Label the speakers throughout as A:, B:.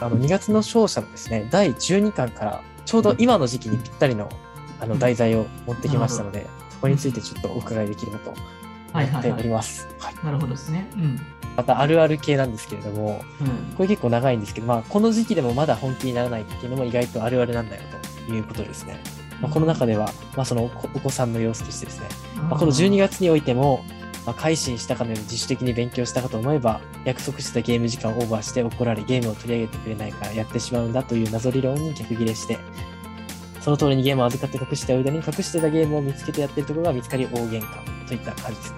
A: あの2月の勝者のですね、第12巻からちょうど今の時期にぴったりのあの題材を持ってきましたので、そこについてちょっとお伺いできればと
B: はい
A: 思っ
B: はい
A: て
B: は
A: おり
B: い。
A: ます。はい
B: なるほどですね。うん。
A: またあるある系なんですけれども、
B: うん、
A: これ結構長いんですけど、まあ、この時期でもまだ本気にならないっていうのも意外とあるあるなんだよということですね。まあ、この中では、まあ、そのお子お子さんの様子としてですね、まあ、この12
B: 月。
A: 月においても、まあ、改心したかのように自主的に勉強したかと思えば、約束してたゲーム時間をオーバーして怒られ、ゲームを取り上げてくれないからやってしまうんだという謎理論に逆ギレして、その通りにゲームを預かって隠して間に隠してたゲームを見つけてやってるところが見つかり大喧嘩といった感じですね。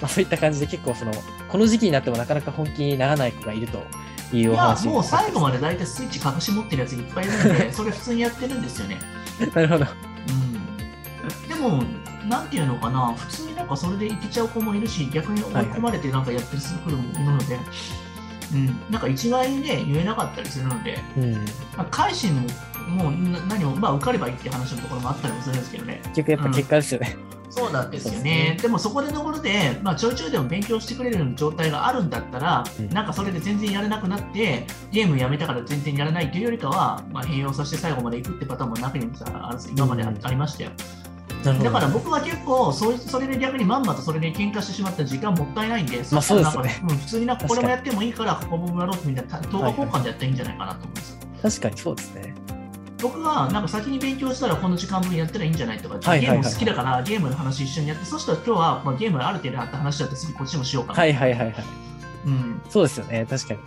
A: まあ、そういった感じで結構その、この時期になってもなかなか本気にならない子がいるという
B: い
A: お
B: や、
A: 話
B: もう最後まで大体スイッチ隠し持ってるやついっぱいいる んで、それ普通にやってるんですよね。
A: なるほど。
B: うんでも、なんていうのかな、普通になんかそれでいけちゃう子もいるし、逆に追い込まれてなんかやってる子もいるので、うん、なんか一概にね、言えなかったりするので、
A: うん。結
B: まあ、改心も、もうな何も、まあ、受かればいいって話のところもあったりもするんですけどね。
A: 局やっぱ結果ですよね。
B: そうなんです
A: そ
B: よ
A: うですね
B: ね。でもそこでところで、まあ、ちょいちょいでも勉強してくれる状態があるんだったら、
A: うん
B: なんかそれで全然やれなくなって、ゲームやめたから全然やらないというよりかは、まあ、変容させて最後までいくってパターンも中にもさある今まであ
A: うん
B: ありましたよ。
A: なるほ
B: だ
A: ど。
B: から僕は結構それ、それで逆にまんまとそれで喧嘩してしまった時間もったいないんで、
A: まあそうです
B: な
A: よ
B: ん
A: ね
B: か、うん、普通になんかこれもやってもいいから、ここもやろうみたいな、動画交換でやったらいいんじゃないかなと思うんですよ。
A: 確かにそうですね。
B: 僕はなんか先に勉強したらこの時間分やったらいいんじゃないとか、
A: はいはいはい
B: ゲーム好きだからゲームの話一緒にやってそしたら今日はまあゲームある程度あった話だって次こっちもしようかな、
A: はいはいはいはい。
B: うん、
A: そうですよね、確かに。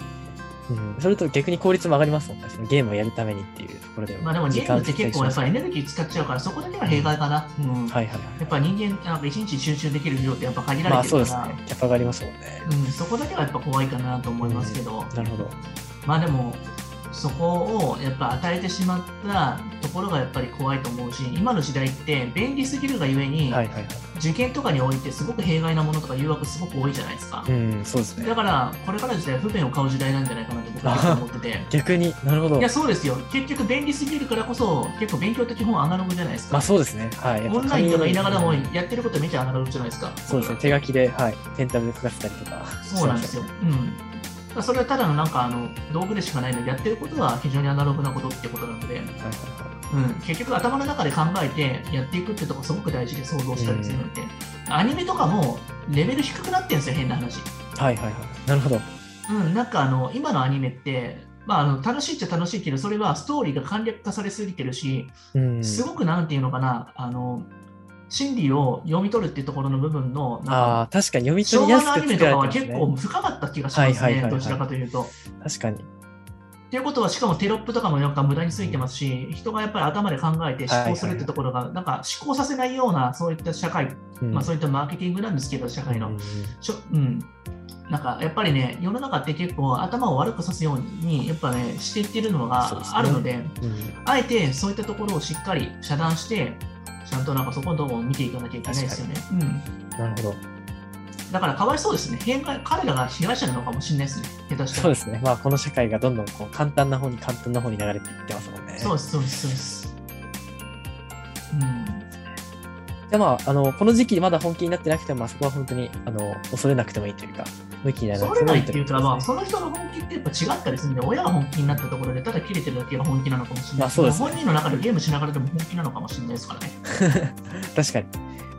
A: うん、それと逆に効率も上がりますもんね、そのゲームをやるためにっていうところでは。
B: まあ、でもゲームって結構やっぱ
A: り。
B: りエネルギー使っちゃうからそこだけは弊害かな、う
A: はい
B: ん
A: はい
B: や
A: は
B: っぱ人間なんか一日集中できる量ってやっぱ限
A: い。
B: ら
A: まあ
B: れて
A: そう
B: る
A: で
B: か
A: す
B: ら、
A: ね、キャパがありますもんね。
B: うん、そこだけはやっぱ怖いかなと思いますけど、
A: なるほど。
B: まあでもそこをやっぱ与えてしまったところがやっぱり怖いと思うし今の時代って便利すぎるがゆえに、
A: はいはいはい。
B: 受験とかにおいてすごく弊害なものとか誘惑すごく多いじゃないですか、
A: うん、そうですね
B: だ。からこれからの時代は不便を買う時代なんじゃないかなって僕は結構思ってて
A: 逆になるほど
B: いや。そうですよ結局便利すぎるからこそ結構勉強って基本アナログじゃないですか、
A: まあそうですね。はい。やっぱ
B: オンラインとか言いながらも
A: 紙
B: やってることめっちゃアナログじゃないですか
A: そうですね、手書きで、はい。ペンタブで書かせたりとか。
B: そうなんですよ、うんだからそれはただのなんかあの道具でしかないのでやってることは非常にアナログなことってことなので、
A: してましたね。はいはいはい
B: うん、結局頭の中で考えてやっていくってとこすごく大事で想像したりするので、アニメとかもレベル低くなってるんですよ変な話
A: はいはいはい。なるほど。
B: うん、なんかあの今のアニメって、まあ、あの楽しいっちゃ楽しいけどそれはストーリーが簡略化されすぎてるし、
A: うん。
B: すごくなんていうのかなあの心理を読み取るっていうところの部分のなん
A: あ
B: か
A: あ、確かに読み取
B: 昭
A: りや
B: 和
A: す
B: のア
A: く
B: ニ
A: 作
B: メと
A: ら
B: か
A: れ
B: は
A: て
B: 結
A: ます
B: 構
A: ね。
B: 深かった気がします
A: はいはいはい
B: ね
A: はい
B: どちらかというと。
A: 確かに。
B: ということはしかもテロップとかもなんか無駄についてますし人がやっぱり頭で考えて思考するってところがなんか思考させないようなそういった社会、
A: うん
B: まあ、そういったマーケティングなんですけど社会の
A: うん。
B: ちょうん、なんかやっぱりね、世の中って結構頭を悪くさすように、やっぱね、していってるの
A: そうですね
B: があるので、
A: うん
B: あえてそういったところをしっかり遮断して、ちゃんとなんかそこのところを見ていかなきゃいけないですよね。うん、
A: なるほど。
B: だからかわいそうですね、弊害彼らが被害者なのかもしれないですね、下手し
A: そ
B: た
A: う
B: ら。
A: ですね。まあ、この社会がどんどんこう簡単な方に簡単な方に流れていってますもんね。
B: そうです、そうです、そうです。うん
A: でまあ、あの、この時期まだ本気になってなくても、まあ、そこは本当に、あの、恐れなくてもいいというか、向きにならな
B: そ
A: く
B: れ
A: ても
B: ないい
A: い
B: って
A: とい
B: いうう
A: こ
B: か、
A: と
B: ま
A: です
B: あ、
A: ね
B: その人の本気ってやっぱ違ったりするんで、親が本気になったところで、ただ切れてるだけが本気なのかもしれない、
A: まあそうですね
B: 本人の中でゲームしながらでも本気なのかもしれないですからね。
A: 確かに。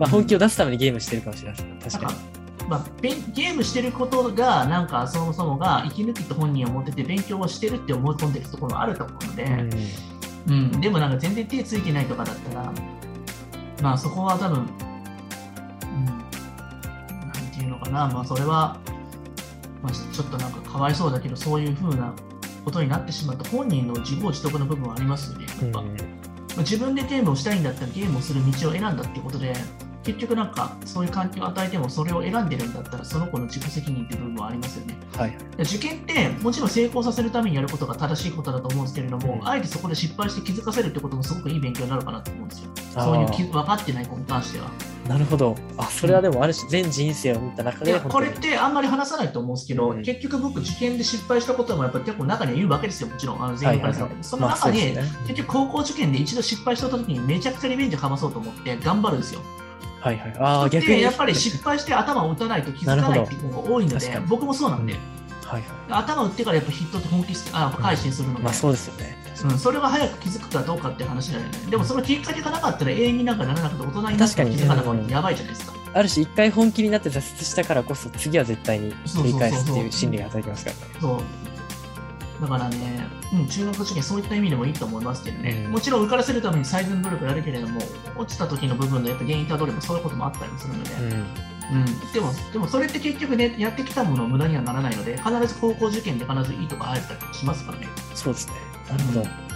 A: まあ、本気を出すためにゲームしてるかもしれないです。
B: なん
A: 確か
B: か
A: に。、
B: まあ、べんゲームしてることが、なんかそもそもが息抜きと本人は思ってて、勉強をしてるって思い込んでるところもあると思うので、
A: うん
B: うんでもなんか全然手ついてないとかだったら、まあそこは多分、うん、なんていうのかな、まあそれは、まあ、ちょっとなんかかわいそうだけど、そういうふうなことになってしまった本人の自業自得の部分はありますよね、やっぱ。
A: うん
B: 自分でゲームをしたいんだったらゲームをする道を選んだっていうことで結局なんかそういう環境を与えてもそれを選んでるんだったらその子の自己責任って部分はありますよね
A: はい。
B: 受験ってもちろん成功させるためにやることが正しいことだと思うんですけれども、
A: うん
B: あえてそこで失敗して気づかせるってこともすごくいい勉強になるかなと思うんですよ
A: あー
B: そういうき分かってない子に関しては
A: なるほど。あ、それはでも、ある種、全人生を見た中
B: い
A: で、
B: や
A: 本
B: こ
A: 当
B: れ
A: に
B: っ。てあんまり話さないと思うんですけど、
A: うん
B: 結局僕受験で失敗したこともやっぱり結構中にはいるわけですよもちろんあの全員からしたら、
A: はいはいはい
B: その
A: まあそ
B: 中
A: うで
B: です
A: ね
B: 結局高校受験で一度失敗した時にめちゃくちゃリベンジかまそうと思って頑張るんですよ
A: はいはい。ああ、逆
B: で
A: に。
B: やっぱり失敗して頭を打たないと気づかないっていうのが多いの
A: なる
B: で
A: ほど
B: 僕もそうなんで、
A: うんはいはい。
B: 頭打ってからやっぱヒットって本気して、あ、改心するので、
A: まあそうですよね。
B: うん、それが早く気づくかどうかって話じゃないでもそのきっかけがなかったら永遠になんかならなくて大人になっ
A: 確
B: て
A: か
B: も
A: に
B: 気づかなかったらやばいじゃないですか。
A: ある種、一回本気になって挫折したからこそ、次は絶対に
B: そうそうそうそう
A: 繰り返すっていう心理が働きますからね。
B: そうだからね、うん、中学受験そういった意味でもいいと思いますけどね、
A: うん
B: もちろん受からせるために最善の努力やるけれども落ちた時の部分のやっぱ原因たどればそういうこともあったりもするので、うんでもでもそれって結局ねやってきたもの無駄にはならないので必ず高校受験で必ずいいとこ入ったりしますからね
A: うん、そうですね。なるほど。